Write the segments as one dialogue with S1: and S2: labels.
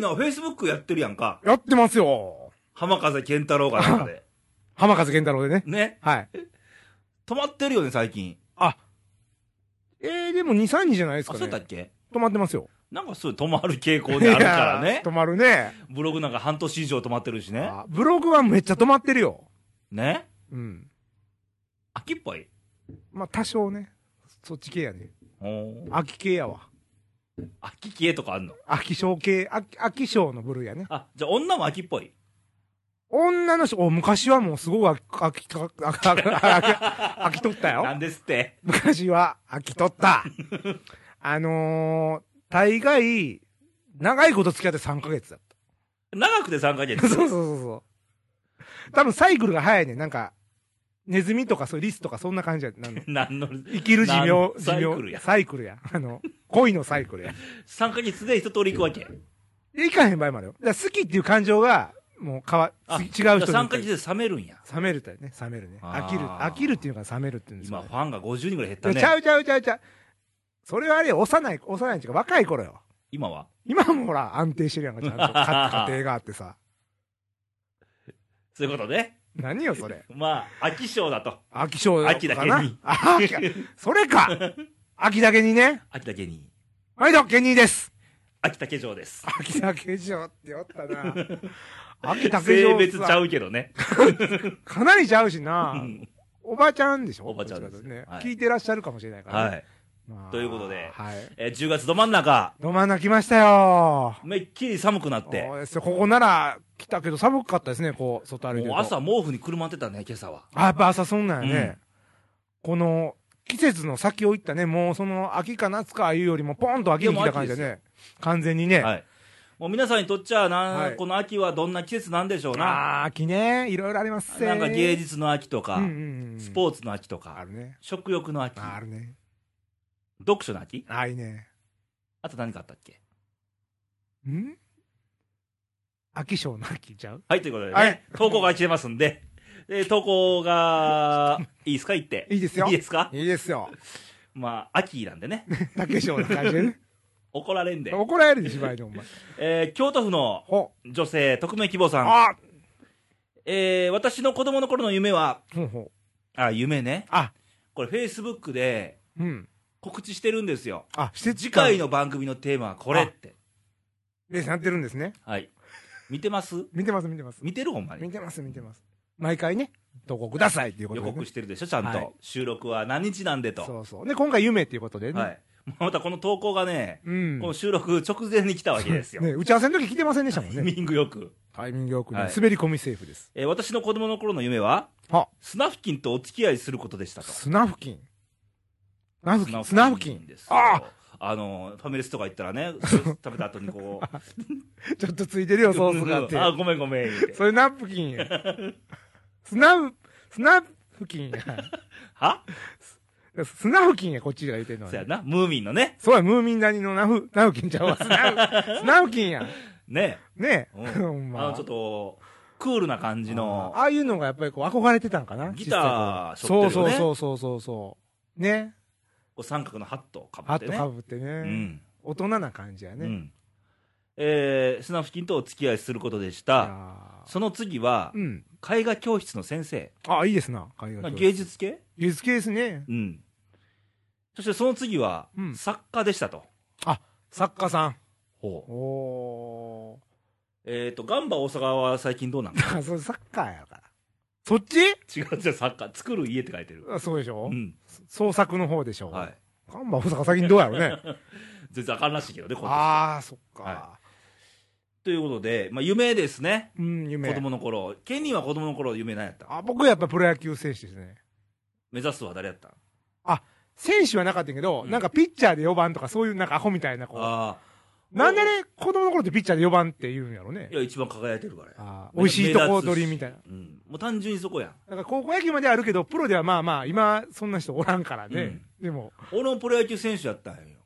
S1: な、フェイスブックやってるやんか。
S2: やってますよ。
S1: 浜風健太郎がなんか で。
S2: 浜風健太郎でね。
S1: ね。
S2: はい。
S1: 止まってるよね、最近。
S2: あ。えー、でも2、3日じゃないです
S1: あ、
S2: か
S1: そうや
S2: ね。
S1: ったっけ
S2: 止まってますよ。
S1: なんかそういう止まる傾向であるから
S2: いや
S1: ね
S2: ー。止まるね。
S1: ブログなんか半年以上止まってるしね。
S2: あブログはめっちゃ止まってるよ。
S1: ね。
S2: うん。
S1: 秋っぽい。
S2: まあ、多少ね。そっち系やね。
S1: おー
S2: 秋系やわ。
S1: 秋系とかあんの
S2: 秋賞系、秋、秋賞の部類やね。
S1: あ、じゃあ女も秋っぽい。
S2: 女の人、お、昔はもうすごい飽き、飽き、飽き、飽き、飽きとった
S1: な
S2: よ。
S1: んですって。
S2: 昔は飽きとった。あのー、大概、長いこと付き合って3ヶ月だっ
S1: 長くて3ヶ
S2: た。
S1: 月。
S2: そうそうそうそう。多分サイクルが早いね。なんか、ネズミとかそういうリスとかそんな感じや。 なんの
S1: なんの、
S2: 生きる寿命、
S1: なん
S2: 寿命。
S1: サイクルや
S2: サイクルや。あの、恋のサイクルや。
S1: 3ヶ月で一通り行くわけ。
S2: で、いかへん場合もあるよ。だから好きっていう感情が、もう変わ、
S1: あ
S2: つ違う人に。
S1: 3ヶ月で冷めるんや。
S2: 冷めるってね、冷めるね。
S1: あー
S2: 飽きる、飽きるっていうか冷めるっていうんです
S1: 今、
S2: よ、
S1: フ
S2: ね。
S1: ァンが50人ぐらい減った
S2: でちゃ
S1: ね。
S2: うちゃうちゃうちゃう。それはあれよ、幼い、幼いっていうか若い頃よ。
S1: 今は
S2: 今もほら、安定してるやんか、ちゃんと。か家庭があってさ。
S1: そういうことね。
S2: 何よ、それ。
S1: まあ、秋賞だと。
S2: 飽き性
S1: 秋だけに
S2: あ秋それか。 秋だけにね。
S1: 秋田家に。
S2: 毎度、ケニーです。
S1: 秋田家城です。
S2: 秋だけ上って言おったな。 秋だけ
S1: 性
S2: 上
S1: 別ちゃ
S2: う。
S1: うけどね。
S2: かなりちゃうしな。
S1: うん
S2: おばちゃんでしょ
S1: おばちゃんです
S2: どっちかというとね、
S1: はい
S2: 聞いてらっしゃるかもしれないから、
S1: は
S2: ね。
S1: い。
S2: まあ
S1: ということで
S2: はい。
S1: えー10月ど真ん中、
S2: ど真ん中来ましたよ。
S1: めっきり寒くなって
S2: そ、うですよ。ここなら来たけど寒かったですね、こう、外歩いてる
S1: も
S2: と。
S1: う朝毛布にくるまってたね、今朝は。
S2: あ、やっぱ朝そんなんやね。この、季節の先を行ったね、もうその秋か夏かいうよりも、ポンと秋に来た感じでね。完全にね。
S1: はい。もう皆さんにとっちゃな、
S2: はい
S1: この秋はどんな季節なんでしょうな。
S2: あー、秋ね、いろいろありますね
S1: なんか芸術の秋とか、
S2: うんうんうん、
S1: ス
S2: ーツ。
S1: ポーツの秋と
S2: あ
S1: か、
S2: るね。
S1: 食欲の秋、
S2: あるね。
S1: 読書の秋、
S2: あ、いいね。
S1: あと何かあったっけ
S2: ん秋賞の秋ちゃう
S1: はい、ということでね、
S2: はい
S1: 投稿が来てますんで、で投稿 が、いいですか言って。
S2: いいですよ
S1: いいですか
S2: いいですよ。
S1: まあ、秋なんで ね、
S2: 竹賞の感 じでね。
S1: 怒られんで。
S2: 怒られるでしばいで、お前。
S1: えー京都府の
S2: ほ、
S1: 女性、匿名希望さん。
S2: あ
S1: えー私の子供の頃の夢は、
S2: ほうほう。
S1: あ、夢ね。
S2: あ、
S1: これ、フェイスブックで
S2: うん。
S1: 告知してるんですよ。
S2: あ、して
S1: 次回の番組のテーマはこれって。
S2: レースやってるんですね。
S1: はい。見てます
S2: 見てます、見てます。
S1: 見てるほんまに
S2: 見。てます、見てます。毎回ね、投稿くださいっていうこと
S1: 予
S2: で、ね。
S1: 告してるでしょ、ちゃんと。
S2: はい
S1: 収録は何日なんでと。
S2: そうそう。で、今回夢っていうことでね。
S1: はい。またこの投稿がね、
S2: うん。
S1: この収録直前に来たわけですよ。
S2: ね、打ち合わせの時来てませんでしたも ん
S1: タイ
S2: ね。
S1: ミングよく。
S2: タイミングよくね、
S1: はい
S2: 滑り込みセーフです。
S1: えー私の子供の頃の夢は、
S2: は、
S1: スナフキンとお付き合いすることでしたと。
S2: スナフキン。スナフキン。スナフキン。
S1: ですよ。
S2: あ
S1: あの、ファミレスとか行ったらね、食べた後にこう、
S2: あちょっとついてるよ、ソースがあっ
S1: あ、
S2: て。
S1: ごめんごめん、言うて
S2: それナプキンや。スナフ、スナフキンや。
S1: は
S2: スナフキンや、こっちが言ってるのは、
S1: そうや
S2: ね。
S1: な、ムーミンのね。
S2: そうや、ムーミン谷のナフ、ナフキンちゃ うわ。スナフ、スナフキンや。
S1: ね。
S2: ねえ。
S1: うん
S2: ほんま
S1: あの、ちょっと、クールな感じの
S2: あ、ああいうのがやっぱりこう憧れてたんかな
S1: ギター
S2: 小さい
S1: 背負っ
S2: 頃
S1: てるよね
S2: そうそうそうそうそうね
S1: こう三角のハットをかぶ
S2: ハ
S1: って
S2: ット
S1: ね
S2: か。ぶってね、
S1: うん。
S2: 大人な感じや
S1: う
S2: ね、
S1: ん。えー、スナフキンとお付き合いすることでし
S2: あ
S1: た。その次は
S2: う、ん
S1: 絵画教室の先生。
S2: あいいですな絵
S1: ま
S2: 画
S1: あ
S2: 教
S1: 芸術系
S2: 芸術系ですね
S1: うん。そしてその次は
S2: う、ん
S1: 作家でしたと。
S2: 作家さん
S1: ほう
S2: おお
S1: えっと、ガンバ大阪は最近どうなの
S2: ーあそれサッカーやからそっち
S1: 違う違う、作家。作る家って書いてる。
S2: あそうでしょ、
S1: うん。
S2: 創作の方でしょ
S1: はい。
S2: ガンバ大阪先にどうやろ うね
S1: 全然あかんらしいけどね、これ。
S2: ああそっか、
S1: はということで、まあ、夢ですね。
S2: うん夢
S1: 子供の頃。ケニーは子供の頃夢何やった
S2: あ僕やっぱプロ野球選手ですね
S1: 目指すは誰やった
S2: 選手はなかったんやけど、
S1: うん
S2: なんかピッチャーで4番とかそういうなんかアホみたいなこう
S1: ああ。
S2: なんでね、子供の頃ってピッチャーで4番って言うんやろね
S1: い。や、一番輝いてるからや。
S2: あー美味しいとこ取りみたいな。
S1: うん。もう単純にそこやん。
S2: だから高校野球まではあるけど、プロではまあまあ、今、そんな人おらんからね。でも、
S1: 俺もプロ野球選手やったんよ。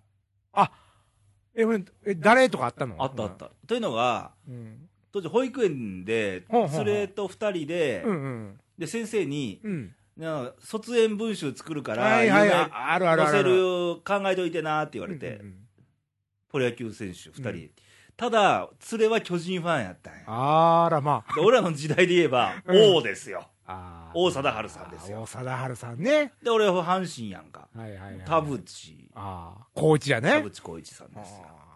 S2: え、ほんえ、誰とかあったの
S1: あったあっ。た。というのが、
S2: うん。
S1: 当時保育園で、
S2: ほうほうほう
S1: 連れと二人で
S2: う、んうん。
S1: で、先生に、
S2: うん。
S1: なんか卒園文集作るから、
S2: はいはい、ああるあ
S1: 夢
S2: るあ
S1: 載
S2: る。
S1: せる考えといてなって言われ
S2: う
S1: て
S2: んう、ん
S1: プロ野球選手二人。ただ、連れは巨人ファンやったんや。
S2: あら、ま
S1: で俺らの時代で言えば、
S2: うん
S1: 王ですよ。
S2: あ。
S1: 王貞治さんですよ
S2: あー王貞治さんね。
S1: で、俺は阪神やんか。
S2: はいはいはい。
S1: 田。淵、
S2: ああ。高知や
S1: 田
S2: ね。
S1: 淵光一さんですよ。
S2: あ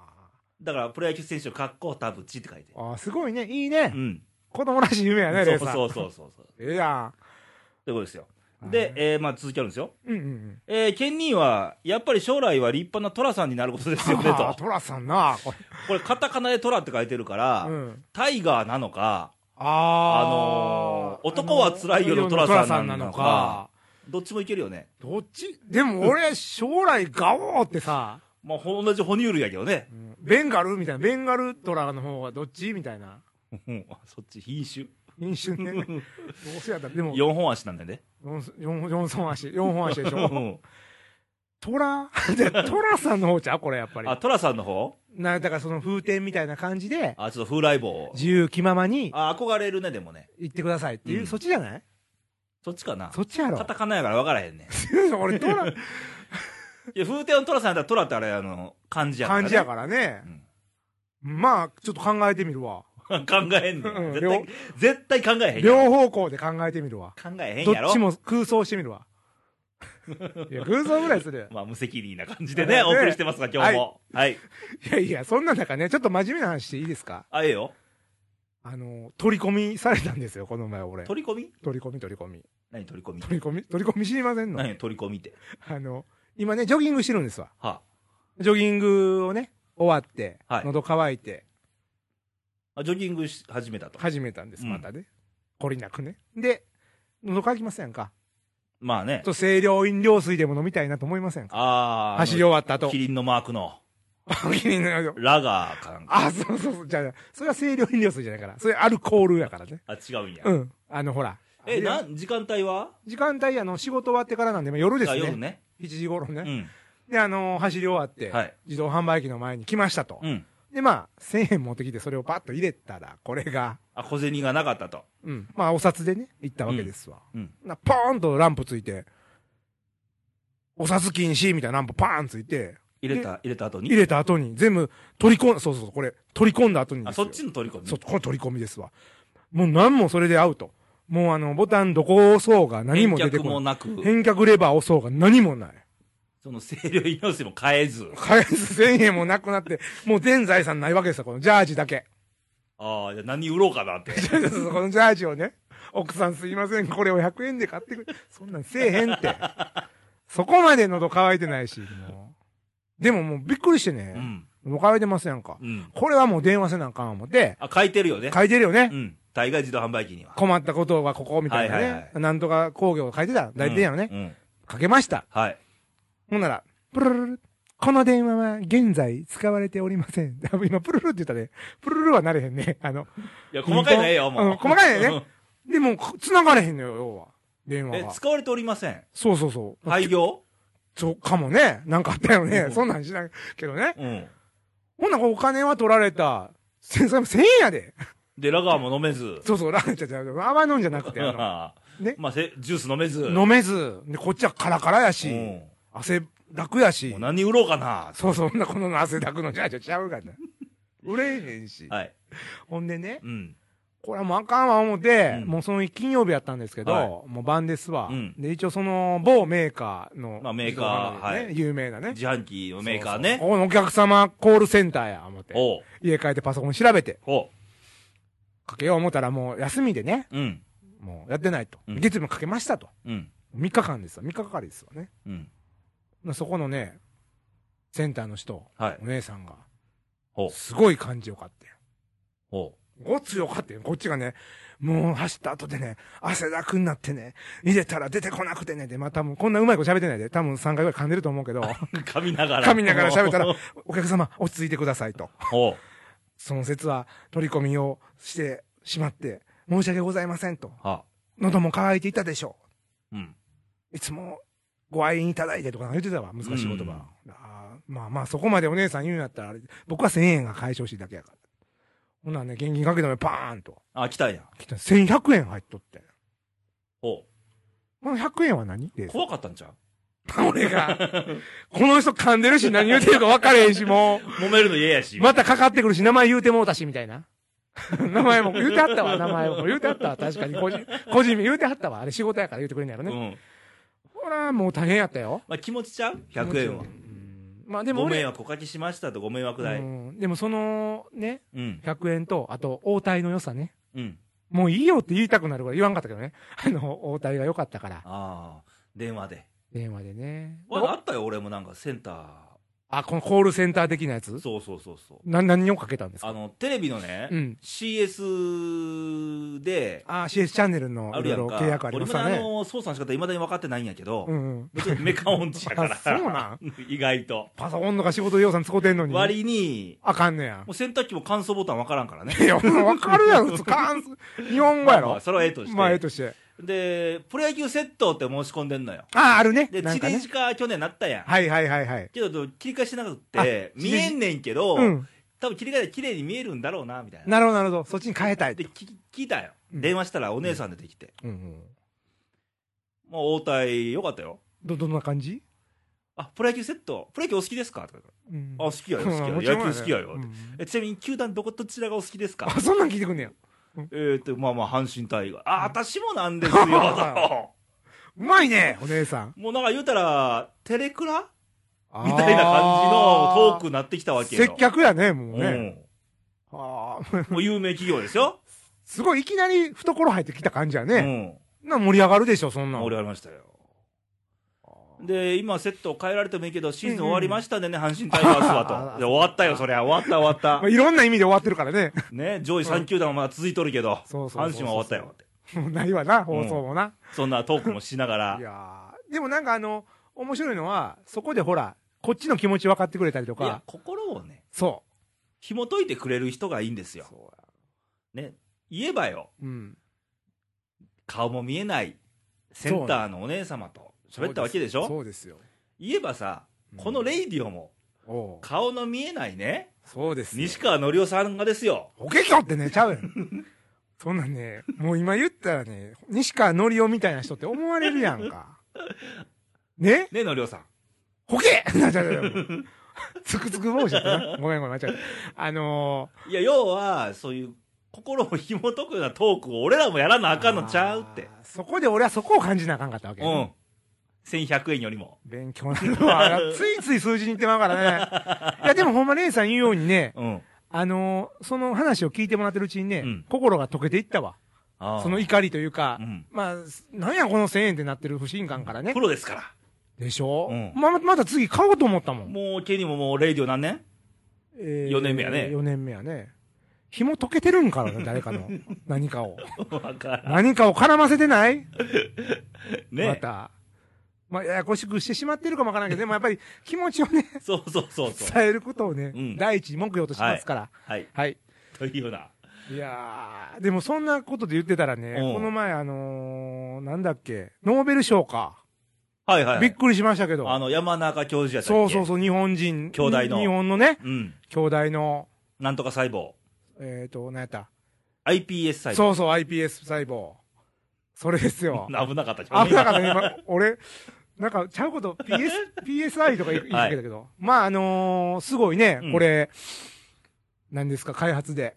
S1: だから、プロ野球選手の格好田淵って書いて
S2: ー。あー、すごいね。いいうね。
S1: ん。
S2: 子供らしい夢やね、
S1: そう
S2: レイさん。
S1: そうそうそうそう。
S2: ええや
S1: ということですよ。
S2: ん。
S1: で、、えーまあ続きあるんですよ。
S2: うんうんうん。
S1: えー、ケンニーは、やっぱり将来は立派なトラさんになることですよね
S2: あ
S1: と
S2: ー。トラさんな。こ
S1: これ、カタカナでトラって書いてるから、
S2: れうん。
S1: タイガーなのか、
S2: あ
S1: あ
S2: あ
S1: のー男は辛いよのトラさんなのか。どっちもいけるよね。
S2: どっちでも俺、将来ガオーってさ、
S1: まあ、ほ同じ哺乳類やけどね。
S2: ベンガルみたいな、ベンガルトラの方がどっちみたいな。
S1: うんあ そっち、品種。
S2: 飲酒ね。どうせやったら、でも、
S1: 4本足なんだよね。
S2: 四四四本足、四本足でし
S1: う
S2: ょ。
S1: ん
S2: トラ でトラさんの方じゃうこれやっぱり
S1: あ、。トラさんの方
S2: な、だからその風天みたいな感じで、
S1: あ、ちょっと風来坊。
S2: 自由気ままに
S1: あ、憧れるね、でもね。
S2: 行ってくださいっていう、
S1: うん
S2: そっちじゃない
S1: そっちかな。
S2: そっちやろ
S1: カ。タカナやから分からへんね。
S2: 俺、トラ、
S1: いや、風天のトラさんやったらトラってあれ、あの、漢字やから、ね。
S2: 感じやからね。まあ、ちょっと考えてみるわ。
S1: うん 考えんね
S2: うん
S1: ん。絶対、絶対考えへんやろ。
S2: 両方向で考えてみるわ。
S1: 考えへん
S2: ど
S1: やろ。
S2: っちも空想してみ るわ。いや、偶像ぐらいする。
S1: まあ、無責任な感じでね、
S2: ね
S1: お送りしてますが、今日も。はい。
S2: いやいや、そんな中ね、ちょっと真面目な話していいですか
S1: あ、ええよ。
S2: あの、取り込みされたんですよ、この前俺。
S1: 取り込み
S2: 取り込み、取り込み。
S1: 何取り込み
S2: 取り込み、取り込み知りませんの
S1: 何取り込みって。
S2: あの、今ね、ジョギングしてるんですわ。
S1: は
S2: ジョギングをね、終わって、
S1: はい
S2: 喉乾いて、
S1: あ、ジョギングし始めたと。
S2: 始めたんです、
S1: うん
S2: またね。懲りなくね。で、喉乾きませんか
S1: まあ
S2: ちょ
S1: ね
S2: っ。と清涼飲料水でも飲みたいなと思いませんか
S1: ああ。
S2: 走り終わった後
S1: キ。 リンのマークの、
S2: キリンのよ
S1: ラガーかなんか。
S2: あ、そうそうそう。じゃあ、それは清涼飲料水じゃないから。それアルコールやからね。
S1: あ、違うんや。
S2: うん。あの、ほら。
S1: え、
S2: いや
S1: な、時間帯は
S2: 時間帯、あの、仕事終わってからなんで、まあ夜です
S1: あ、夜
S2: ね。
S1: ね。
S2: 7時頃
S1: う
S2: ね。
S1: ん。
S2: で、あのー走り終わって
S1: はい、
S2: 自動販売機の前に来ましたと
S1: う。ん。
S2: で、まあ、1000円持ってきて、それをパッと入れたら、これが、
S1: あ、小銭がなかったと。
S2: うん。まあ、お札でね、行ったわけですわ。
S1: うん。
S2: な、ポーンとランプついて、お札禁止みたいなランプパーンついて、
S1: 入れた、入れた後
S2: 入
S1: に。
S2: れた後に、全部取り込んだ、そうそうそう、これ、取り込んだ後にで
S1: あ、
S2: すよ
S1: そっちの取り込み。
S2: そう、これ取り込みですわ。もう何もそれでアウト。もうあの、ボタンどこを押そうが何も出て
S1: 返却も
S2: こない。
S1: なく、
S2: 返却レバー押そうが何もない。
S1: その清涼飲料水も変えず。
S2: 返す1000円もなくなって、もう全財産ないわけですよ、このジャージだけ。
S1: ああ、じゃあ何売ろうかなって。
S2: そうそうそうこのジャージをね、奥さんすいません、これを100円で買ってくれ。そんなんせえへんって。そこまで喉乾いてないし、もう。でももうびっくりして
S1: う
S2: ね、
S1: ん。
S2: 喉乾いてますやんか。
S1: うん。
S2: これはもう電話せなあかん思って、
S1: あ、書いてるよね。
S2: 書いてるよね
S1: う。ん。大概自動販売機には。
S2: 困ったことはここみたいな
S1: はいはい
S2: ね。なんとか工業書いてた。大体やろね。
S1: うんうん。
S2: かけました。
S1: はい。
S2: ほんなら、プルルルル。この電話は現在使われておりません。 今、プルルルって言ったね。プルルルはなれへんね。 あの、
S1: いや、細かいのええよ、も
S2: うん
S1: う。
S2: 細かいのええね
S1: うん。
S2: でも、こ繋がれへんのよ、要は。電話
S1: え、
S2: が。
S1: 使われておりま せん。
S2: そうそうそう。
S1: 廃業
S2: そうかもね。なんかあったよね
S1: う。ん
S2: そんなんしないけどね。
S1: うん。
S2: ほんならお金は取られた。せそれも1000円やで。
S1: で、ラガーも飲めず。
S2: そう そう、ラーちゃちゃう。泡飲んじゃなくて、あ
S1: ま
S2: ね
S1: あ、せジュース飲めず。
S2: の飲めず。で、こっちはカラカラや
S1: うん
S2: し。汗だくやし
S1: もう。何売ろうかな。
S2: そうそう、そんなこの汗だくのじゃあじゃあちゃうか らな。売れへんし。
S1: はい。
S2: ほんでね、
S1: うん。
S2: これはもうあかんわ思って、
S1: うん
S2: もうその日金曜日やったんですけど、
S1: はい
S2: もう晩ですわ、
S1: うん
S2: で、一応その某メーカーの、
S1: まあメーカー
S2: ね
S1: は
S2: 有名なね。
S1: 自販機のメーカー
S2: そうそ
S1: ね。
S2: うここのお客様コールセンターや、思って。
S1: おう。
S2: 家帰ってパソコン調べて、
S1: お
S2: かけよう思ったらもう休みでね、
S1: う。うん。
S2: もうやってないと。
S1: うん
S2: 月曜日もかけましたと。
S1: うん。
S2: 3日間ですわ、3日かかりですわね。
S1: うん。
S2: まあそこのね、センターの人、
S1: はい。
S2: お姉さんが、
S1: おう。
S2: すごい感じよかったよ。
S1: おう。
S2: ごっつよかったよ。こっちがね、もう走った後でね、汗だくになってね、入れたら出てこなくてね、で、まあ多分こんなうまいこと喋ってないで、多分3回ぐらい噛んでると思う けど、
S1: 噛みながら。
S2: 噛みながら 喋った
S1: お
S2: ら
S1: う、
S2: お客様落ち着いてくださいと。
S1: おう。
S2: その説は取り込みをしてしまって、申し訳ございませんと。
S1: は。
S2: 喉も乾いていたでしょ
S1: うん。
S2: う。いつもご愛飲いただいてとか言ってたわ、難しい言葉。
S1: うん
S2: あーまあまあ、そこまでお姉さん言うんやったらあれ、僕は1000円が解消しいだけやから。ほなね、現金かけたのにパーンと。
S1: あ、来たんや。
S2: 来た1100円入っとって。
S1: おう。
S2: この100円は何って
S1: 怖かったんちゃう
S2: 俺が。この人噛んでるし、何言うてるか分かれへんし、も
S1: 揉めるの嫌やし。
S2: う。またかかってくるし、名前言うてもうたし、みたいな。 名前も言うてはったわ、名前も。言うてはったわ、確かに。個人、個人名言うてはったわ。あれ仕事やから言うてくれんのやろ
S1: う
S2: ね。
S1: ん。
S2: ほら、もう大変やったよ。
S1: まあ気持ちちゃう ?100 円は
S2: う。ん。まあでも
S1: ご迷
S2: 俺、
S1: 惑おかけしましたとご迷惑
S2: う
S1: 代。
S2: んでもその、ね、
S1: うん。
S2: 100円と、あと、応対の良さね。
S1: うん。
S2: もういいよって言いたくなるから言わんかったけどね。あの、応対が良かったから。
S1: ああ、電話で。
S2: 電話でね。
S1: ああったよ、俺もなんかセンタ
S2: あ、このコールセンター的なやつ
S1: ー。そうそうそうそう。
S2: な、何をかけたんですか
S1: あの、テレビのね、
S2: うん。
S1: CS で、
S2: あ、CS チャンネルの
S1: あ
S2: い
S1: るや
S2: ろい
S1: ん
S2: ろ
S1: か。
S2: 契約ありました
S1: 俺もあ
S2: ね。
S1: の、操作の仕方未だに分かってないんやけど、
S2: うんうん。
S1: 別にメカ音痴やから。
S2: あそうなん
S1: 意外と。
S2: パソコンとか仕事でようさん使うてんのに。
S1: 割に、
S2: あかんねや
S1: も。う洗濯機も乾燥ボタン分からんからね。
S2: いや、わかるやろ、普通、関数日本語
S1: まあ
S2: や
S1: ま
S2: ろ
S1: あ。それはええとして。
S2: まあ、ええとして。
S1: で、プロ野球セットって申し込んでんのよ。
S2: あ、あるね。
S1: で、
S2: なん
S1: 地
S2: か
S1: デ
S2: ね
S1: ジ。化去年なったやん。
S2: はいはいはいはい。
S1: けど、切り替えしてなくっ
S2: あ
S1: て、
S2: 地デジ
S1: 見えんねんけど、
S2: うん。
S1: 多分切り替えたら綺麗に見えるんだろうな、みたいな。
S2: なるほどなるほど。そっちに変えたい
S1: で、。聞聞いたよ。
S2: うん
S1: 電話したらお姉さん出てきて。
S2: うんうん。
S1: もう応対よかったよ。
S2: ど、どんな感じ
S1: あ、プロ野球セット、プロ野球お好きですかとか言うか
S2: うん
S1: ら。あ、好きやよ、
S2: うん
S1: 好
S2: も
S1: き
S2: ち
S1: や
S2: ろ
S1: よ。野
S2: んやね
S1: 球好きやよ。
S2: うん
S1: えちなみに球団どことちらがお好きですか
S2: あ、そんなん聞いてくんねや。
S1: えーと、まあまあ、阪神対が。あ、私もなん ですよ、と
S2: うまいね、お姉さん。
S1: もうなんか言うたら、テレクラみ
S2: み
S1: たいな感じのトークになってきたわけよ。
S2: 接客やね、もうね。あー
S1: うん。もう有名企業ですよ。
S2: すごい、いきなり懐入ってきた感じや
S1: う
S2: ね。
S1: ん。
S2: な、盛り上がるでしょ、そんなん。
S1: 盛り上がりましたよ。で、今セットを変えられてもいいけど、シーズン終わりましたんでね、阪神タイガースはと。
S2: あ
S1: いや終わったよ、そりゃ。終わった、終わっ
S2: まあ、いろんな意味で終わってるからね。
S1: た。ね、上位3球団はまだ続いとるけど、
S2: そ
S1: 阪
S2: うそうそうそう
S1: 神は終わったよって。
S2: もうないわな、放送もな。
S1: そんなトークもしながら
S2: い。やーでもなんかあの、面白いのは、そこでほら、こっちの気持ち分かってくれたりと
S1: いや
S2: か、、
S1: 心をね、
S2: そ
S1: 紐解いてくれる人がいいんです
S2: う。
S1: よ。
S2: そ
S1: ね、言えばよ、
S2: うや。うん。
S1: 顔も見えない、センターのお姉様と喋ったわけでしょ
S2: そうですよ。
S1: 言えばさ、この
S2: イ、
S1: レイディオも、
S2: おう
S1: 顔の見えないね、
S2: そうですよ。
S1: 西川のりおさんがですよ。
S2: おけきょってね、ちゃうやん。 そんなんね、もう今言ったらね、西川のりおみたいな人って思われるやん か。ね
S1: ね、のりおさん。
S2: ほけなちゃうちゃうちゃう つくつく帽子だったな。ごめんごめん、間違えた。あの
S1: いや、要は、そういう、心を紐解くようなトークを俺らもやらな
S2: ー、
S1: あかんのちゃうって。
S2: あー。そこで俺はそこを感じなあかんかったわけ、
S1: うん。1100円よりも。
S2: 勉強にな るわ。ついつい数字にいってまうからね。いや、でもほんまレイさん言うようにね、
S1: うん。
S2: あのーその話を聞いてもらってるうちにね、
S1: うん
S2: 心が溶けていったわ。
S1: あー
S2: その怒りというか、
S1: うん
S2: まあ、なんやこの1000円ってなってる不信感からね
S1: プ。ロですか
S2: でしょ、
S1: うん
S2: ま、また次買おうと思ったも
S1: ら。
S2: ん。
S1: もう、ケニーももう、レイディオ何年
S2: え
S1: 四年目やね
S2: 4年目やね。紐溶けてるんからね、誰 かの何かを。
S1: わからん。
S2: 何かを絡ませてないま
S1: ね。
S2: た。まあ、ややこしくしてしまってるかもわからんけど、でもやっぱり気持ちをね、
S1: そうそうそうそう。
S2: 伝えることをね、
S1: うん
S2: 第一に目標としますから。
S1: はい。
S2: はい。
S1: というような。
S2: いやー、でもそんなことで言ってたらね、
S1: うん
S2: この前あのー、なんだっけ、ノーベル賞か。
S1: はいはいはい。
S2: びっくりしましたけど。
S1: あの、山中教授やったっ
S2: そ
S1: け
S2: うそうそう、日本人。
S1: 兄弟の
S2: 日本のね、
S1: うん。
S2: 兄弟の、
S1: なんとか細胞。
S2: えっ、ー、と、何やった、
S1: iPS 細胞。。
S2: そうそう、iPS 細胞。それですよ
S1: 危なかった。
S2: 危なかったね、今、俺、なんか、ちゃうこと、PS、PSI とか言いかけたけど。まあ、あのー、すごいね
S1: うん、
S2: これ、なんですか、開発で。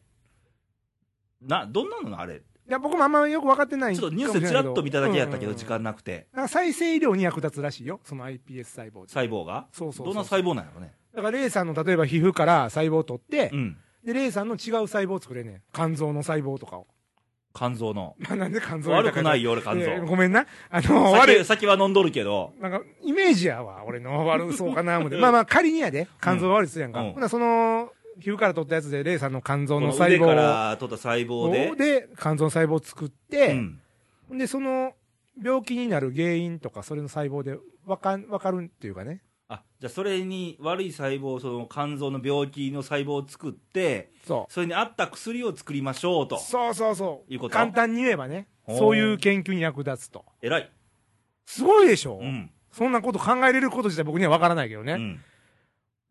S1: な、どんなのなあれ。
S2: いや、僕もあんまよく分かってない
S1: ちょっとニュースでちらっと見ただけやったけど、時
S2: 間
S1: 間なくて。
S2: なんか再生医療に役立つらしいよ、その iPS 細胞って
S1: 細胞が
S2: そうそうそう
S1: どんな細胞なんやろね。
S2: だから、レイさんの例えば皮膚から細胞を取って、
S1: うん。
S2: で、レイさんの違う細胞を作れんねん肝臓の細胞とかを。
S1: 肝臓の。
S2: まあ、なんで肝臓
S1: 悪くない
S2: よ、
S1: よ、俺肝
S2: えー
S1: 臓。
S2: ごめんな。あの、悪い
S1: 酒、。酒は飲んどるけど。
S2: なんか、イメージやわ、俺の悪そうか な、思って。まあまあ、仮にやで、肝臓が悪いっするやんか。
S1: うん
S2: ほな、その、皮膚から取ったやつで、レイさんの肝臓
S1: こ
S2: の
S1: の
S2: 細
S1: 腕か
S2: 胞
S1: ら取った細
S2: を、
S1: 胞で。
S2: で肝臓の細胞を作っ
S1: う
S2: て、
S1: ん。
S2: で、その、病気になる原因とか、それの細胞で、わかん、わかるっていうかね。
S1: あ、じゃあそれに悪い細胞、その肝臓の病気の細胞を作って、
S2: そう。
S1: それに合った薬を作りましょうと。
S2: そうそうそう。
S1: いうこと
S2: 簡単に言えばね、
S1: ほう
S2: そういう研究に役立つと。
S1: 偉い。
S2: すごいでしょ、
S1: うん。
S2: そんなこと考えれること自体僕には分からないけど
S1: う
S2: ね。
S1: ん。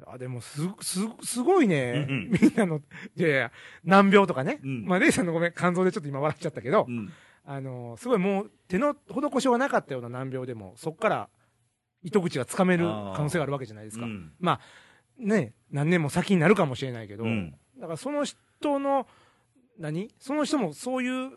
S2: あでもす、す、すごいね。
S1: うんうん
S2: みんなの、いやいや、難病とかね。
S1: うん
S2: まあ、レイさんのごめん、肝臓でちょっと今笑っちゃったけど、
S1: うん。
S2: あのーすごいもう手の施しようがなかったような難病でも、そっから糸口がつかめる可能性があるわけじゃないですか。
S1: うん
S2: まあ、ね、何年も先になるかもしれないけど、
S1: うん
S2: だからその人の、何その人もそういう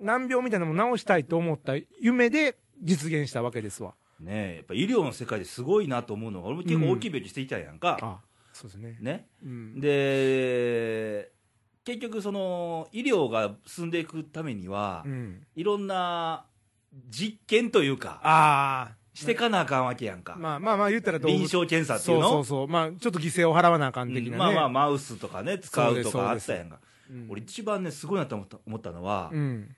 S2: 難病みたいなのも治したいと思った夢で実現したわけですわ。
S1: ねえやっぱ医療の世界ですごいなと思うのが、俺も結構大きい病気していたやんか、
S2: あそうですね。
S1: ね、
S2: うん。
S1: で、結局、その医療が進んでいくためには、
S2: うん、
S1: いろんな実験というか、
S2: ああ、
S1: してかなあかんわけやんか、
S2: まあまあまあ言ったらどう
S1: 臨床検査ってい
S2: そうう
S1: の
S2: そうそう。まあ、ちょっと犠牲を払わなあかん的なね。
S1: うんまあまあ、マウスとかね、使うとかあったやんか、
S2: うん
S1: 俺、一番ね、すごいなと思った思ったのは、
S2: うん。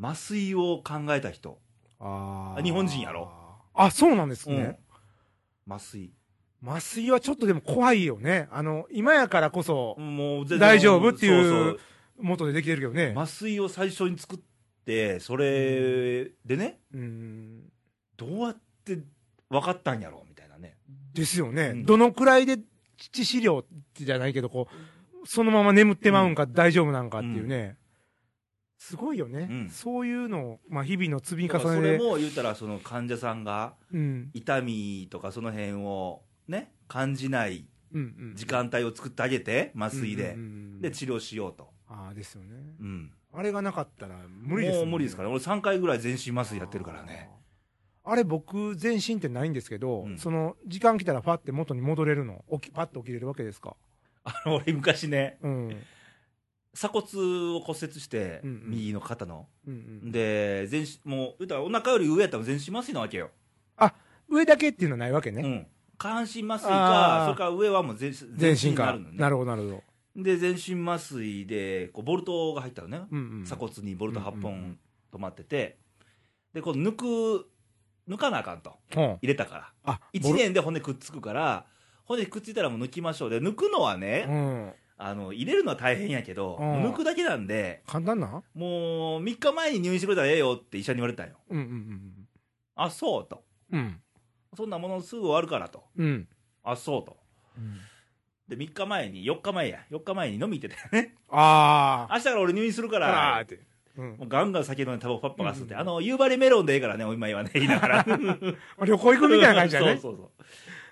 S1: 麻酔を考えた人、
S2: あ
S1: あ日本人やろ。
S2: あ、そうなんですね。
S1: うん麻酔、
S2: 麻酔はちょっとでも怖いよね。あの、今やからこそ、
S1: もう全然
S2: 大丈夫ってい
S1: そ
S2: う
S1: う
S2: 元でできてるけど
S1: そう
S2: ね。
S1: 麻酔を最初に作って、それでね、
S2: うん。
S1: どうやって分かったんやろみたいなね、
S2: ですよね。
S1: うん
S2: どのくらいで致死量じゃないけど、こう、そのまま眠ってまうんか大丈夫なんかっていうね。すごいよね、
S1: うん
S2: そういうのを、まあ、日々の積み
S1: だから
S2: 重
S1: そ
S2: ね
S1: れ
S2: で。
S1: も言うたら、その患者さんが
S2: うん。
S1: 痛みとかその辺をね、感じない
S2: うんうん。
S1: 時間帯を作ってあげて、麻酔で、
S2: うんうんうん
S1: で、治療しようと。
S2: ああ、ですよね。
S1: うん
S2: あれがなかったら無理です
S1: もう
S2: も
S1: ん
S2: ね
S1: 無理ですから、俺3回ぐらい全身麻酔やってるから ね。
S2: あー。あれ僕、全身ってないんですけど、
S1: うん
S2: その、時間来たらファって元に戻れるの。起き、パッと起きれるわけですか。
S1: あの俺昔ね、
S2: うん。
S1: 鎖骨を骨折して、
S2: うんうん
S1: 右の肩の。
S2: うんうん、
S1: で、全身、もう、言うたらお腹より上やったら全身麻酔なわけよ。
S2: 上だけっていうのはないわけね。
S1: うん。下半身麻酔
S2: あ
S1: か
S2: ー、
S1: それから上はもう全身
S2: 全身か
S1: な
S2: な,、
S1: るのね。
S2: るほど、なるほど。
S1: で、全身麻酔で、こう、ボルトが入ったのね。
S2: うんうん。
S1: 鎖骨にボルト8
S2: うんうんう
S1: 本止まってて、で、こう、抜く、抜かなあかんと。
S2: うん。
S1: 入れたから。
S2: あ、
S1: 1年で骨くっつくから、骨くっついたらもう抜きましょう。で、抜くのはね、
S2: うん。
S1: あの入れるのは大変やけど、
S2: うん
S1: 抜くだけなんで、
S2: 簡単な
S1: もう3日前に入院してくれたらええよって医者に言われたんよ。
S2: うんうん
S1: あ、そうと。
S2: うん。うん。
S1: そんなものすぐ終わるからと。
S2: うん。
S1: あ、そうと。
S2: うん、
S1: で、3日前に、4日前や、4日前に飲み行ってたよね。
S2: あー。
S1: 明日から俺入院するか
S2: あー
S1: ら
S2: っ、て。うん、
S1: もうガンガン酒飲んでタバコパッパが吸って、
S2: うん
S1: あの、夕張メロンでええからね、お見舞いは ね、言いながら。
S2: 旅行行くみたいな感じだね。
S1: そうそうそ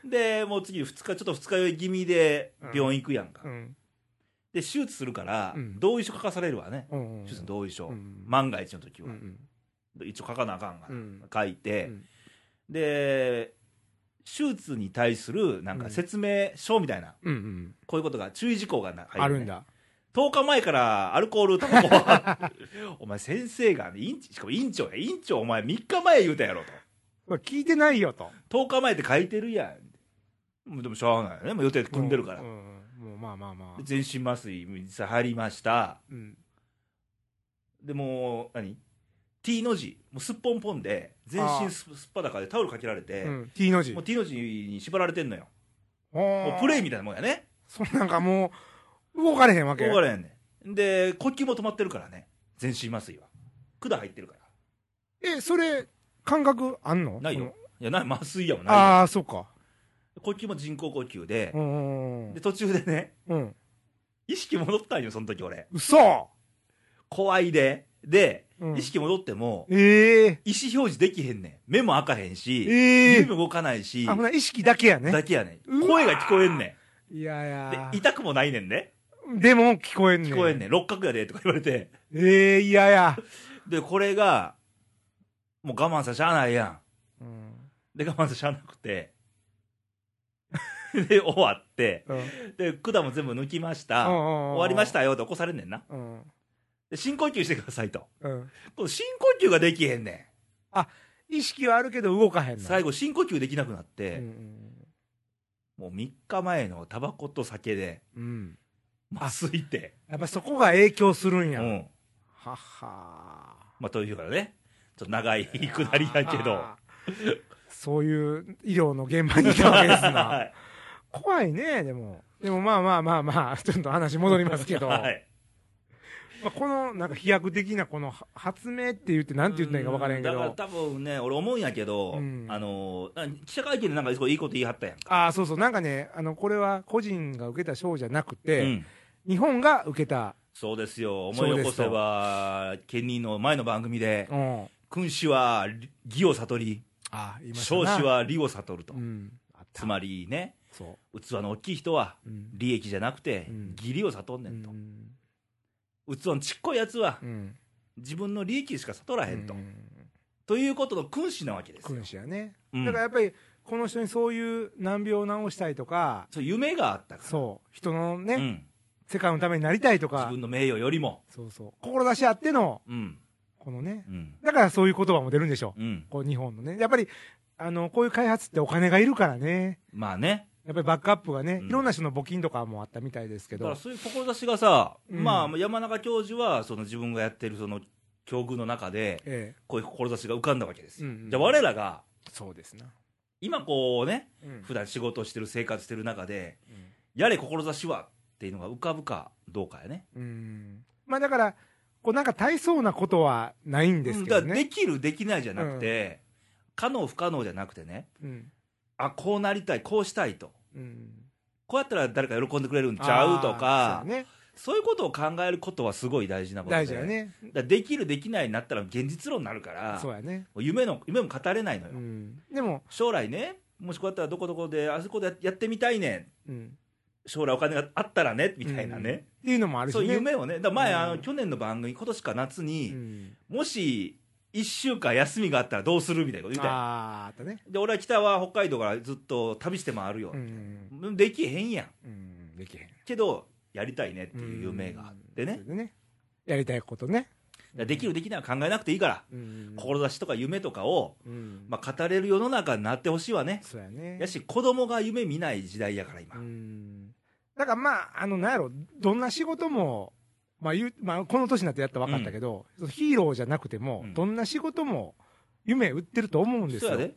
S1: う。で、もう次2日、ちょっと2日酔い気味で病院行くやんか。
S2: うん。
S1: で、手術するから
S2: うん、
S1: 同意書書かされるわね。
S2: うん。うん
S1: 手術の同意書。
S2: うん
S1: 万が一の時
S2: う
S1: は。
S2: ん。
S1: 一応書かなあかんが
S2: う、ん。
S1: 書いて、
S2: うん
S1: で手術に対するなんか説明書みたいな、
S2: うんうん。
S1: こういうことが注意事項がな入
S2: あ
S1: ね
S2: るんだ。
S1: 10日前からアルコールタバコは お前先生が、ね、院しかも院長や院長お前3日前言うたやろ
S2: まあ、聞いてないよと。
S1: と10日前って書いてるやんもうでもしょうがないよねもう予定組んでるから、
S2: ううんもうまあまあま
S1: で。
S2: あ
S1: 全身麻酔実際入りました
S2: うん。
S1: でもう何 T の字もうすっぽんぽんで全身すすっぱだかでタオルかけられて、
S2: うん。T の字。
S1: もう T の字に縛られてんのよ。も
S2: も
S1: うプレイ
S2: イ
S1: みたいなもんやね。
S2: そんなんかもう、動かれへんわけ。
S1: 動かれへんねん。で、呼吸も止まってるからね。全身麻酔は。管入ってるから。
S2: え、それ、感覚あんの
S1: ないよ。。いや、ない、麻酔やもん
S2: その
S1: ないよ。
S2: ああ、そうか。
S1: 呼吸も人工呼吸で
S2: う、んうん
S1: で、途中でね、
S2: うん。うん。
S1: 意識戻ったんよ、その時俺。
S2: 嘘
S1: 怖いで。で、
S2: うん
S1: 意識戻っても、
S2: ええ
S1: 意思表示できへんねん。目も開かへんし、
S2: ええ
S1: 指も動かないし
S2: あ、、ほな、意識だけやね
S1: だ。けやねん。
S2: うわ
S1: 声が聞こえんね
S2: いやい
S1: ん。で
S2: や、。
S1: 痛くもないねんね。
S2: でも、聞こえんね
S1: 聞こえんねん。六角やで、とか言われて。
S2: ええいや いや。
S1: で、これが、もう我慢さしゃあないやん。
S2: うん。
S1: で、我慢しゃあなくて、で、終わって、
S2: うん。
S1: で、管も全部抜きました、終
S2: 終
S1: わりまし。たよって起こされんねんな。
S2: うん。
S1: で、深呼吸してくださいと。
S2: うん。
S1: この深呼吸ができへんね
S2: 意識はあるけど動かへん
S1: ん。
S2: の。
S1: 最後、深呼吸できなくなっ
S2: う
S1: て、
S2: ん
S1: もう3日前のタバコと酒で、
S2: うん。うん。
S1: 麻酔って。
S2: やっぱそこが影響するん
S1: う
S2: や。は
S1: ん。
S2: っはー。
S1: まあ、というからね、ちょっと長いくだりやけど。
S2: あー。そういう医療の現場にいたわけで す
S1: は
S2: な。
S1: い
S2: 怖いね、でも。でもまあまあまあまあ、ちょっと話戻りますけ ど、
S1: はい。
S2: まあ、このなんか飛躍的なこのは発明って言ってなんて言ったらいいか分からへんけ
S1: だから
S2: ど、
S1: 多分ね、俺思うんやけど、
S2: うん
S1: あの、な記者会見でなんかすごいいいこと言い張ったやんか。
S2: ああ、そうそう、なんかね、あの、これは個人が受けた賞じゃなくて、
S1: うん
S2: 日本が受けた、
S1: そうですよ、思い起こせば、ケニーの前の番組で、
S2: うん。
S1: 君主は義を悟り、
S2: ああ、言いましたな
S1: 少子。は利を悟ると
S2: う。ん。
S1: つまりね、
S2: そ
S1: 器の大きい人は
S2: う。うん。
S1: 利益じゃなくて
S2: うん、
S1: 義理を悟んね
S2: う
S1: んと。
S2: ん。
S1: 器のちっこいやつは
S2: う、ん。
S1: 自分の利益しか悟らへんと
S2: う。ん
S1: ということの君子なわけですよ。
S2: 君子やね。
S1: うん
S2: だからやっぱり、この人にそういう難病を治したいとか、
S1: そう夢があったから。
S2: そう。人のね、
S1: うん
S2: 世界のためになりたいと
S1: 自
S2: か、
S1: 分の名誉よりも。
S2: そうそう。志あっての、
S1: うん。
S2: このね。
S1: うん。
S2: だからそういう言葉も出るんでしょ
S1: うん
S2: う。。こう、日本のね。やっぱり、あの、こういう開発ってお金がいるからね。
S1: まあね。
S2: やっぱりバックアップがね、
S1: うん
S2: いろんな人の募金とかもあったみたいですけ
S1: だから
S2: ど。
S1: そういう志がさ、
S2: うん
S1: まあ山中教授は、その自分がやってるその境遇の中で、
S2: え
S1: こういう志が浮かんだわけです
S2: え。う
S1: よ。
S2: んうん
S1: じゃあ我らが、
S2: そうですな。
S1: 今こうね、
S2: うん
S1: 普段仕事をしてる生活してる中で、
S2: うん
S1: やれ志はっていうのが浮かぶかどうかやね。
S2: うんまあだから、こうなんか大層なことはないんですけど
S1: うんだから
S2: ね。
S1: できる、できないじゃなくて、可能、不可能じゃなくてね、
S2: うん。
S1: あ、こうなりたい、こうしたいと。
S2: うん。
S1: こうやったら誰か喜んでくれるんちゃうと
S2: あー
S1: か
S2: そう、ね、
S1: そういうことを考えることはすごい大事なことで。
S2: 大事だね。
S1: だからできる、できないになったら現実論になるから、
S2: そうやね。
S1: もう夢の、夢も語れないのよ。
S2: うん。でも、
S1: 将来ね、もしこうやったらどこどこで、あそこでややってみたいねん。
S2: うん。
S1: 将来お金があったらね、みたいなね。
S2: っていうのもあるし
S1: そう
S2: ね。
S1: いう夢をね。だから前、
S2: うん
S1: あの、去年の番組、今年か夏
S2: う
S1: に、
S2: ん。
S1: もし、一週間休みがあったらどうするみたいなこと言ったよ
S2: あーあったね。
S1: で、俺は北は北海道からずっと旅して回るよ
S2: う。ん。
S1: できへんやん。
S2: うん。できへん。っ
S1: けど、やりたいねっていう夢があってね。。
S2: やりたいこと
S1: だ
S2: ね。
S1: からできる、できないは考えなくていいから、
S2: うん。
S1: 志とか夢とかを、
S2: うん。
S1: まあ、語れる世の中になってほしいわね。
S2: そうやね。
S1: やし、子供が夢見ない時代やから、
S2: う
S1: 今。
S2: ん。だからまあ、あの、なんやろ、どんな仕事も、まあ言う、まあ、この年になってやったら分かったけど、ヒーローじゃなくても、
S1: うん
S2: どんな仕事も、夢売ってると思うんです
S1: そう
S2: よ。
S1: やで。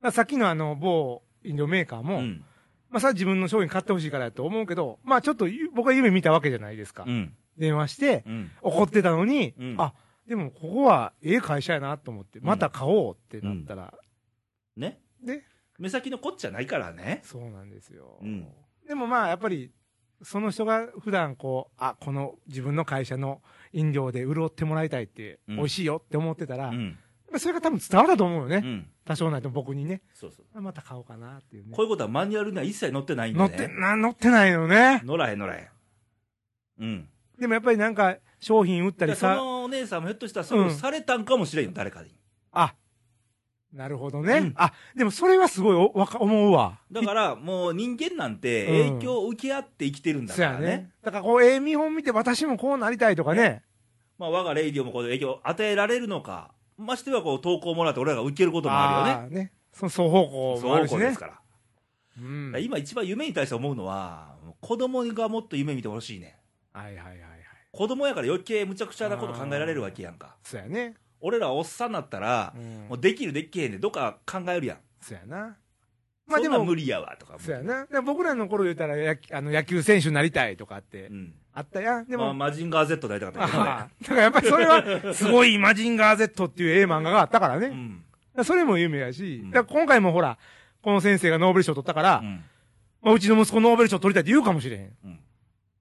S2: まあ、さっきのあの、某飲料メーカー
S1: う
S2: も、
S1: ん。
S2: まあ、さ、自分の商品買ってほしいからやと思うけど、まあ、ちょっとゆ、僕は夢見たわけじゃないですか。
S1: うん。
S2: 電話して、
S1: うん。
S2: 怒ってたのに、
S1: うん
S2: あ、でも、ここは、ええ会社やなと思って、また買おうってなったら、
S1: ね。
S2: ね
S1: 目先のこっちゃないからね。
S2: そうなんですよ。
S1: うん
S2: でもまあ、やっぱり、その人が普段こう、あ、この自分の会社の飲料で潤ってもらいたいって、
S1: うん
S2: 美味しいよって思ってたら、
S1: う
S2: やっ
S1: ん。
S2: ぱそれが多分伝わると思うよね。
S1: うん。
S2: 多少ないとも僕にね。
S1: そうそう。
S2: あまた買おうかなっていうね。
S1: こういうことはマニュアルには一切載ってないん
S2: 乗
S1: で
S2: っ
S1: ね。
S2: て、な、乗ってないのね。
S1: 乗らへん乗らへん。うん。
S2: でもやっぱりなんか、商品売った
S1: で
S2: り
S1: そ
S2: さ、
S1: のお姉さんもひょっとしたらそういうことされたんかもしれんよ、誰かに。
S2: あ、なるほどね。
S1: うん
S2: あ、でもそれはすごいおわか思うわ。
S1: だから、もう人間なんて
S2: うん
S1: 影響を受け合って生きてるんだ
S2: そ
S1: か
S2: や
S1: らね
S2: ね。。だからこう、ええ見本見て私もこうなりたいとかね。
S1: まあ、我がレイディオもこう影響を与えられるのか、ましてはこう投稿もらって俺らが受けることもあるよね。
S2: あーね。その 双方向もあ
S1: そう
S2: るし
S1: こ
S2: ね。
S1: うですから。だか
S2: うん
S1: ら。今一番夢に対して思うのは、子供がもっと夢見てほしいね。
S2: はいはいはいはい。
S1: 子供やから余計むちゃくちゃなこと考えられるわけやんか。
S2: そうやね。
S1: 俺らおっさんになったら
S2: う、ん
S1: もうできるできへんで、どっか考えるやん。
S2: そうやな。
S1: ま
S2: まあ
S1: あで
S2: で
S1: も
S2: も
S1: 無、理やわとか。
S2: そうやな。でも僕らの頃言ったら野球、あの野球選手になりたいとかって
S1: うん。
S2: あったやん。で
S1: でも、まあ、
S2: も、
S1: マジンガー Z になりたか
S2: あ
S1: ったけどね。
S2: はだからやっぱりそれは、すごいマジンガー Z っていう A 漫画があったからね。
S1: う
S2: だか
S1: ん。
S2: らそれも夢やし、
S1: うん
S2: だから今回もほら、この先生がノーベル賞取ったから、う
S1: うん。
S2: まあ、うちの息子ノーベル賞取りたいって言うかもしれへん。
S1: うん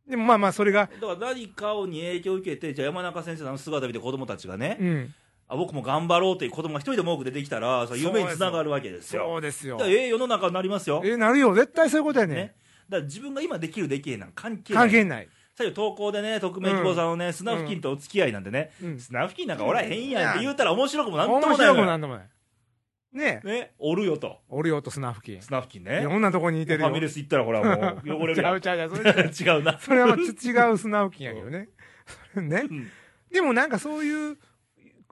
S2: でもまあまあ、それが、
S1: だから何かをに影響を受けて、じゃあ山中先生のあの姿見て子供たちがね、
S2: うん。
S1: あ僕も頑張ろうっていう子供が一人でも多く出てきたら、それ夢につながるわけですよ。
S2: そうです
S1: だ
S2: よ
S1: か。らええ世の中になりますよ。
S2: え、なるよ。絶対そういうことやね。
S1: ね。だから自分が今できるできへんなん関係な
S2: 関係
S1: い。
S2: ない。
S1: 最後投稿でね、匿名希望さんのね、砂付近とお付き合いなんでね、
S2: うん。
S1: 砂付近なんかおらへんやんって言うたら面白くもなんとも
S2: 面
S1: ない
S2: 白く
S1: の
S2: も
S1: よ
S2: なんともない。ねえ、
S1: ね、おるよと。
S2: オリオとスナフキン。い
S1: 砂付近ね。
S2: ろんなとこに似てる
S1: フ
S2: よ。
S1: ァミレス行ったらほらもう汚れる
S2: ちゃ
S1: やん
S2: うちゃうちゃう。それ
S1: 違うな。
S2: それはまあち違うスナフキンやけどね。 それね
S1: う。ん
S2: でもなんかそういう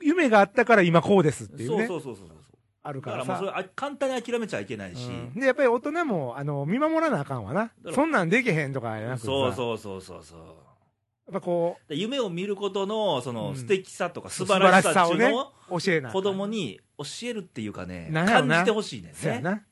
S2: 夢があったから今こうですっていう
S1: そう
S2: ね
S1: そ。うそうそうそう。
S2: ある
S1: だ
S2: か
S1: から
S2: ら
S1: もうそれ
S2: さ。
S1: あ簡単に諦めちゃいけないし。
S2: うんで、やっぱり大人も、あの、見守らなあかんわな
S1: ら。
S2: そんなんできへんとかじゃなくてさ。
S1: そうそうそうそうそう。
S2: やっぱこ
S1: で夢を見ることのその
S2: うん
S1: 素敵さとか
S2: う、
S1: 素晴らしさってい
S2: 素
S1: う
S2: 晴らし
S1: のを
S2: さをね、教えなあか
S1: 子
S2: ん。
S1: 供に教えるっていうかね、
S2: なんやろ
S1: 感
S2: な
S1: じてほしいねん
S2: そうや
S1: ね。
S2: な。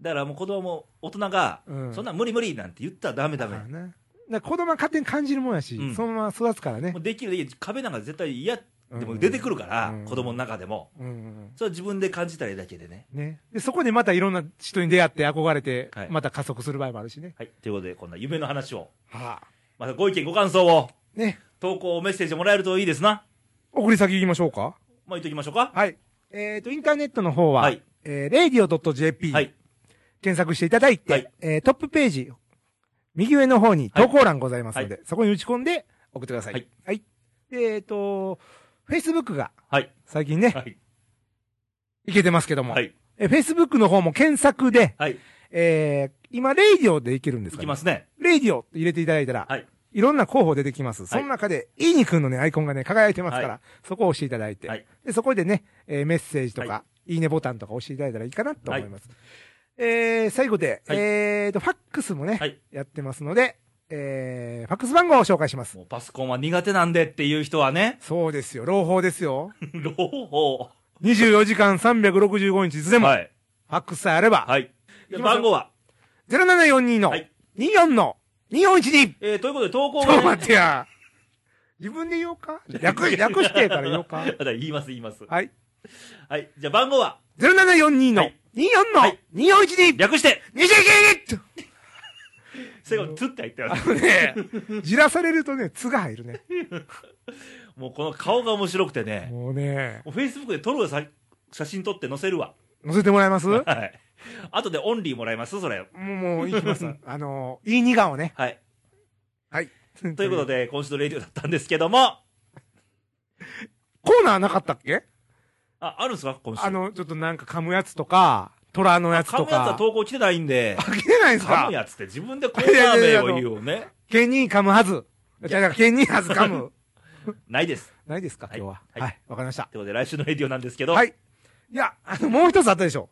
S1: だからもう子供も大人が、
S2: うん。
S1: そんなん無理無理なんて言ったらダメダメ
S2: あ。な。だから子供は勝手に感じるもんやし、
S1: うん
S2: そのまま育つからね
S1: もう。できるできる壁なんか絶対嫌で
S2: うん
S1: も出てくるから、
S2: うん
S1: 子供の中でも。
S2: うんうん
S1: それは自分で感じたらいいだけでね。
S2: うん。ね。で、そこでまたいろんな人に出会って憧れて
S1: はい、
S2: また加速する場合もあるしね。
S1: はい。ということで、こんな夢の話を、
S2: はあ。
S1: またご意見ご感想を、
S2: ね。
S1: 投稿メッセージもらえるといいですな。
S2: 送り先行きましょうか
S1: まあ言っときましょうか。
S2: はい。えっと、インターネットの方は、
S1: はい
S2: えー、radio.jp、
S1: はい。
S2: 検索していただいて、
S1: はい
S2: えートップページ、右上の方に投稿欄ございますので、
S1: は
S2: そこに打ち込んで送ってください。は
S1: はいい。
S2: で、えっ、と、Facebook が
S1: はい。
S2: 最近ね、
S1: はい。
S2: いけてますけども、
S1: はい。
S2: えー Facebook の方も検索で、
S1: はい。
S2: えー、今、レイディオでいけるんです
S1: い
S2: か、
S1: き
S2: ね、
S1: ますね。
S2: レイディオって入れていただいたら、
S1: はい。
S2: いろんな候補出てきます。その中で、いいにくんのね、アイコンがね、輝いてますから、
S1: は
S2: そこを押していただいて、
S1: はい
S2: でそこでね、えーメッセージとか、、
S1: はい
S2: いねボタンとか押していただいたらいいかなと思います。えー、最後で、
S1: はい
S2: えーと、ファックスもね、
S1: はい
S2: やってますので、えー、ファックス番号を紹介します。
S1: もうパソコンは苦手なんでっていう人はね、
S2: そうですよ、朗報ですよ。
S1: 朗報。
S2: 24時間365日いつでも、
S1: はい。
S2: ファックスさえあれば、
S1: はい。で
S2: いきます
S1: 番
S2: よ
S1: 号は
S2: 0742の
S1: はい
S2: 24の2412、
S1: えー、ということで投稿
S2: ちょっと
S1: が、ね、
S2: 待ってや。自分で言おうか略、略してから言おうか。
S1: あだ言います言います。
S2: はい。
S1: はい。じゃあ番号は、
S2: 0742の
S1: は
S2: 24
S1: いは
S2: の
S1: い
S2: 2412、
S1: 略して、
S2: 29!
S1: 最後、つって入ってま
S2: あ
S1: す。
S2: のね、じらされるとね、つが入るね。
S1: もうこの顔が面白くてね、
S2: もうね、
S1: もう Facebook で撮るわさ写真撮って載せるわ。
S2: 乗せてもらえますも
S1: はい。あとでオンリーもらいますそれ。
S2: う、もう、いきます。 あの、いい似顔ね。
S1: はい。
S2: はい。
S1: ということ
S2: で。
S1: で、今週のレディオだったんですけども、
S2: コーナーなかったっけ
S1: あ、あるんですか今週。
S2: あ、の、ちょっとなんか噛むやつとか、虎のやつ
S1: 噛
S2: と
S1: むやつは
S2: か。
S1: 投稿来てないんで、
S2: あ、来てないんす
S1: 噛
S2: か
S1: むやつって自分でコーナー名を言うよね。
S2: 剣に噛むはず。じゃあ、剣にはず噛む。
S1: ないです。
S2: ないですか
S1: は
S2: 今
S1: い
S2: 日は。
S1: はい
S2: はい。わかりました。
S1: ということで、来週のレディオなんですけど、
S2: はい。いや、 あの、もう一つあったでしょ。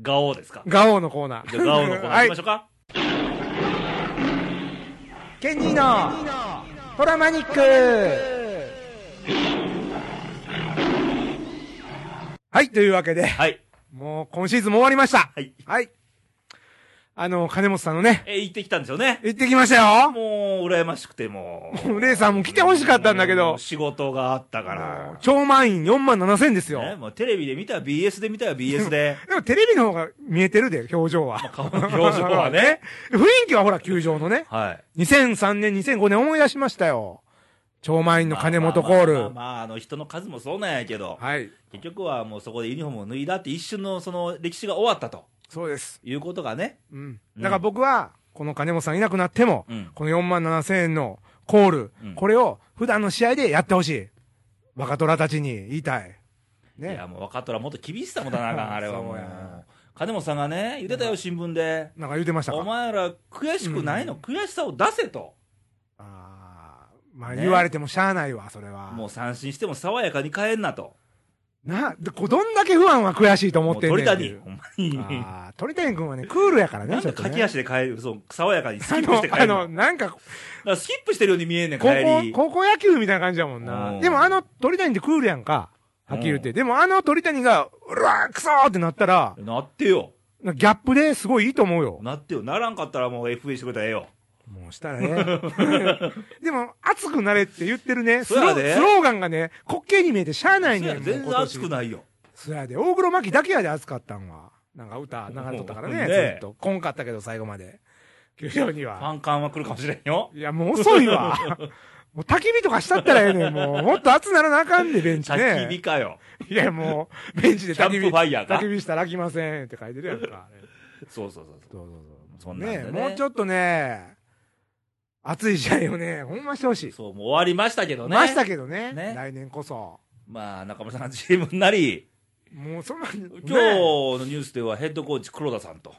S1: ガオーですか。
S2: ガオーのコーナー。
S1: じゃあガオーのコーナー行きましょうか。
S2: はい。ケニーのトラマニックはい、というわけで、
S1: はい。
S2: もう今シーズンも終わりました。
S1: はい。
S2: はい。あの、金本さんのね、
S1: えー、行ってきたんですよね。
S2: 行ってきましたよ。
S1: もう、羨ましくて、も
S2: もう
S1: う。
S2: レイさんも来てほしかったんだけど
S1: もう仕事があったか
S2: もう
S1: ら。
S2: 超満員4万7千ですよ。
S1: ね、もうテレビで見たら BS で見たら BS で。
S2: でもテレビの方が見えてるで、表情は。
S1: 顔の表情 はね。
S2: 雰囲気 はほら、球場のね。
S1: はい。
S2: 2003年、2005年思い出しましたよ。超満員の金本コー
S1: まあまあまあ
S2: ル。
S1: まあ、あの、人の数もそうなんやけど、
S2: はい。
S1: 結局はもうそこでユニフォームを脱いだって一瞬のその歴史が終わったと
S2: そうです。
S1: いうことがね。
S2: うん。
S1: うん
S2: だから僕は、この金本さんいなくなっても、
S1: うん
S2: この4万7千円のコール、
S1: うん
S2: これを普段の試合でやってほしい。若虎たちに言いたい。
S1: い
S2: ね。
S1: や、もう若虎もっと厳しさもだなあかん、あれはも
S2: そうや
S1: う。金本さんがね、言ってたよ、新聞で。
S2: なんか言うてました
S1: お
S2: か
S1: 前ら悔しくないの、悔しさを出せと。
S2: あーまあ
S1: ね
S2: 言われてもしゃあないわ、それは。
S1: もう三振しても爽やかに帰んなと。
S2: な、でこどんだけ不安は悔しいと思
S1: も
S2: っ
S1: う
S2: てん
S1: 鳥
S2: ねんってい
S1: 谷、
S2: う。
S1: ほんまに。
S2: ああ、鳥谷君はね、クールやからね、
S1: なん
S2: ちょ
S1: で
S2: っとね
S1: 駆け足で帰る、そう、爽やかにスキ
S2: あ
S1: ップして
S2: の、
S1: 帰
S2: あ
S1: るの。だ
S2: の、
S1: か
S2: なんか、
S1: らスキップしてるように見えんねん、帰
S2: 高校、
S1: り。
S2: 高校野球みたいな感じだもん
S1: う
S2: な。
S1: ん
S2: でもあの鳥谷ってクールやんか。はっきり言って。
S1: う
S2: でもあの鳥谷が、うわー、くそーってなったら、
S1: なってよ。
S2: ギャップですごいいいと思うよ。
S1: なってよ。ならんかったらもう FA してくれたらええよ。
S2: もうした らね。でも、熱くなれって言ってるね。
S1: そ
S2: ス
S1: う
S2: ロ
S1: や
S2: ー
S1: で
S2: スローガンがね、滑稽に見えてしゃあない
S1: そ
S2: ね
S1: や
S2: ん。
S1: 全然熱く
S2: い。
S1: ないよ。
S2: そやで、大黒摩季だけやで熱かったんは。なんか歌流れとったからね、
S1: ね
S2: ずっと。こんかったけど、最後まで。球場には
S1: フ。ァン感は来るかもしれんよ。
S2: いや、もう遅 いわ。もう焚き火とかしたったらええねん。もう、もっと熱ならなあかんで、ベンチ
S1: 焚き火
S2: ね。
S1: かよ。
S2: いや、もう、ベンチで焚き火。
S1: キャンプファイヤーか
S2: 焚き火したら飽きませんって書いてるやんか。
S1: そうそうそうそう。
S2: どうぞ
S1: そんなんで
S2: ね
S1: ね。
S2: もうちょっとね、熱い試合をね、ほんましてほしい。
S1: そう、もう終わりましたけどね。
S2: ましたけどね。
S1: ね
S2: 来年こそ。
S1: まあ、中村さんチームなり、
S2: もうそんなに。
S1: 今日の
S2: ね
S1: ニュースではヘッドコーチ黒田さんと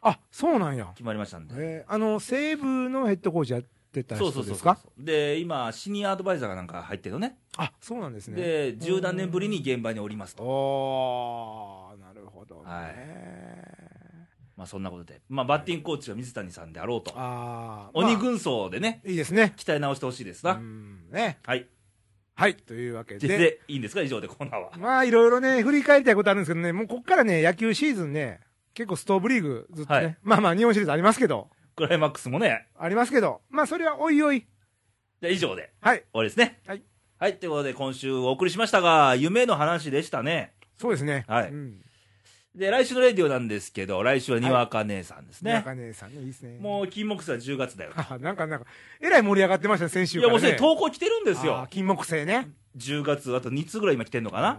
S2: あ、そうなんや。
S1: 決まりましたんで。
S2: えーあの、西武のヘッドコーチやってた
S1: そうそ
S2: 人
S1: うそう
S2: です
S1: そう
S2: か。
S1: で、今、シニアアドバイザーがなんか入ってるのね。
S2: あ、そうなんですね。
S1: で、十何年ぶりに現場におりますと。
S2: おー、なるほどね。
S1: はいまあ、そんなことで。まあ、バッティングコーチは水谷さんであろうと。
S2: あー
S1: 鬼
S2: ま
S1: 軍曹でね、
S2: あいいですね。
S1: 鍛え直してほしいです
S2: う
S1: な。
S2: ん、ね。
S1: はい。
S2: はい。というわけ
S1: で、
S2: で。
S1: でいいんですか以上でコーナーは。
S2: まあ、いろいろね、振り返りたいことあるんですけどね、もうこっからね、野球シーズンね、結構ストーブリーグずっとね、
S1: はい
S2: まあまあ、日本シリーズありますけど、
S1: クライマックスもね。
S2: ありますけど、まあ、それはおいおい。
S1: じゃあ以上で
S2: はい。
S1: 終わりですね。
S2: はい。
S1: はい。ということで、今週お送りしましたが、夢の話でしたね。
S2: そうですね。
S1: はい
S2: うん。
S1: で、来週のレディオなんですけど、来週はにわか姉さんですね。
S2: 中根さんね、いいですね。
S1: もう、金木犀は10月だよ。
S2: う。なんか、なんか、えらい盛り上がってましたね、先
S1: い
S2: 週か
S1: や、
S2: ら、
S1: も
S2: ね。
S1: うすでに投稿来てるんです
S2: あー
S1: よ。
S2: 金木犀ね。
S1: 10月、あと2つぐらい今来てんのか
S2: あ
S1: な。
S2: ー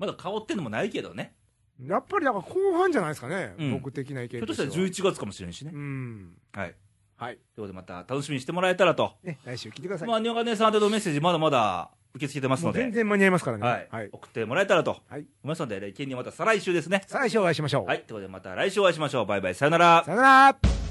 S1: まだ顔ってのもないけどね。
S2: やっぱりだから後半じゃないですかね、
S1: うん
S2: 僕的な意
S1: ひょ
S2: 見
S1: っと
S2: と
S1: し
S2: したて
S1: ら
S2: は。
S1: 11月かもしれんしね。
S2: うん。
S1: はい。
S2: はい。
S1: ということでまた楽しみにしてもらえたらと。
S2: ね、来週聞いてください。
S1: まあ、にわか姉さん宛てのメッセージまだまだ受け付けてます
S2: も
S1: の
S2: う全
S1: で、
S2: 然間に合いますからね。
S1: はい。送ってもらえたらと
S2: はい。
S1: 思いますので、来見にはまた再来週ですね。
S2: さあ、来週お会いしましょう。
S1: はい。ということでまた来週お会いしましょう。バイバイ。さよなら。
S2: さよなら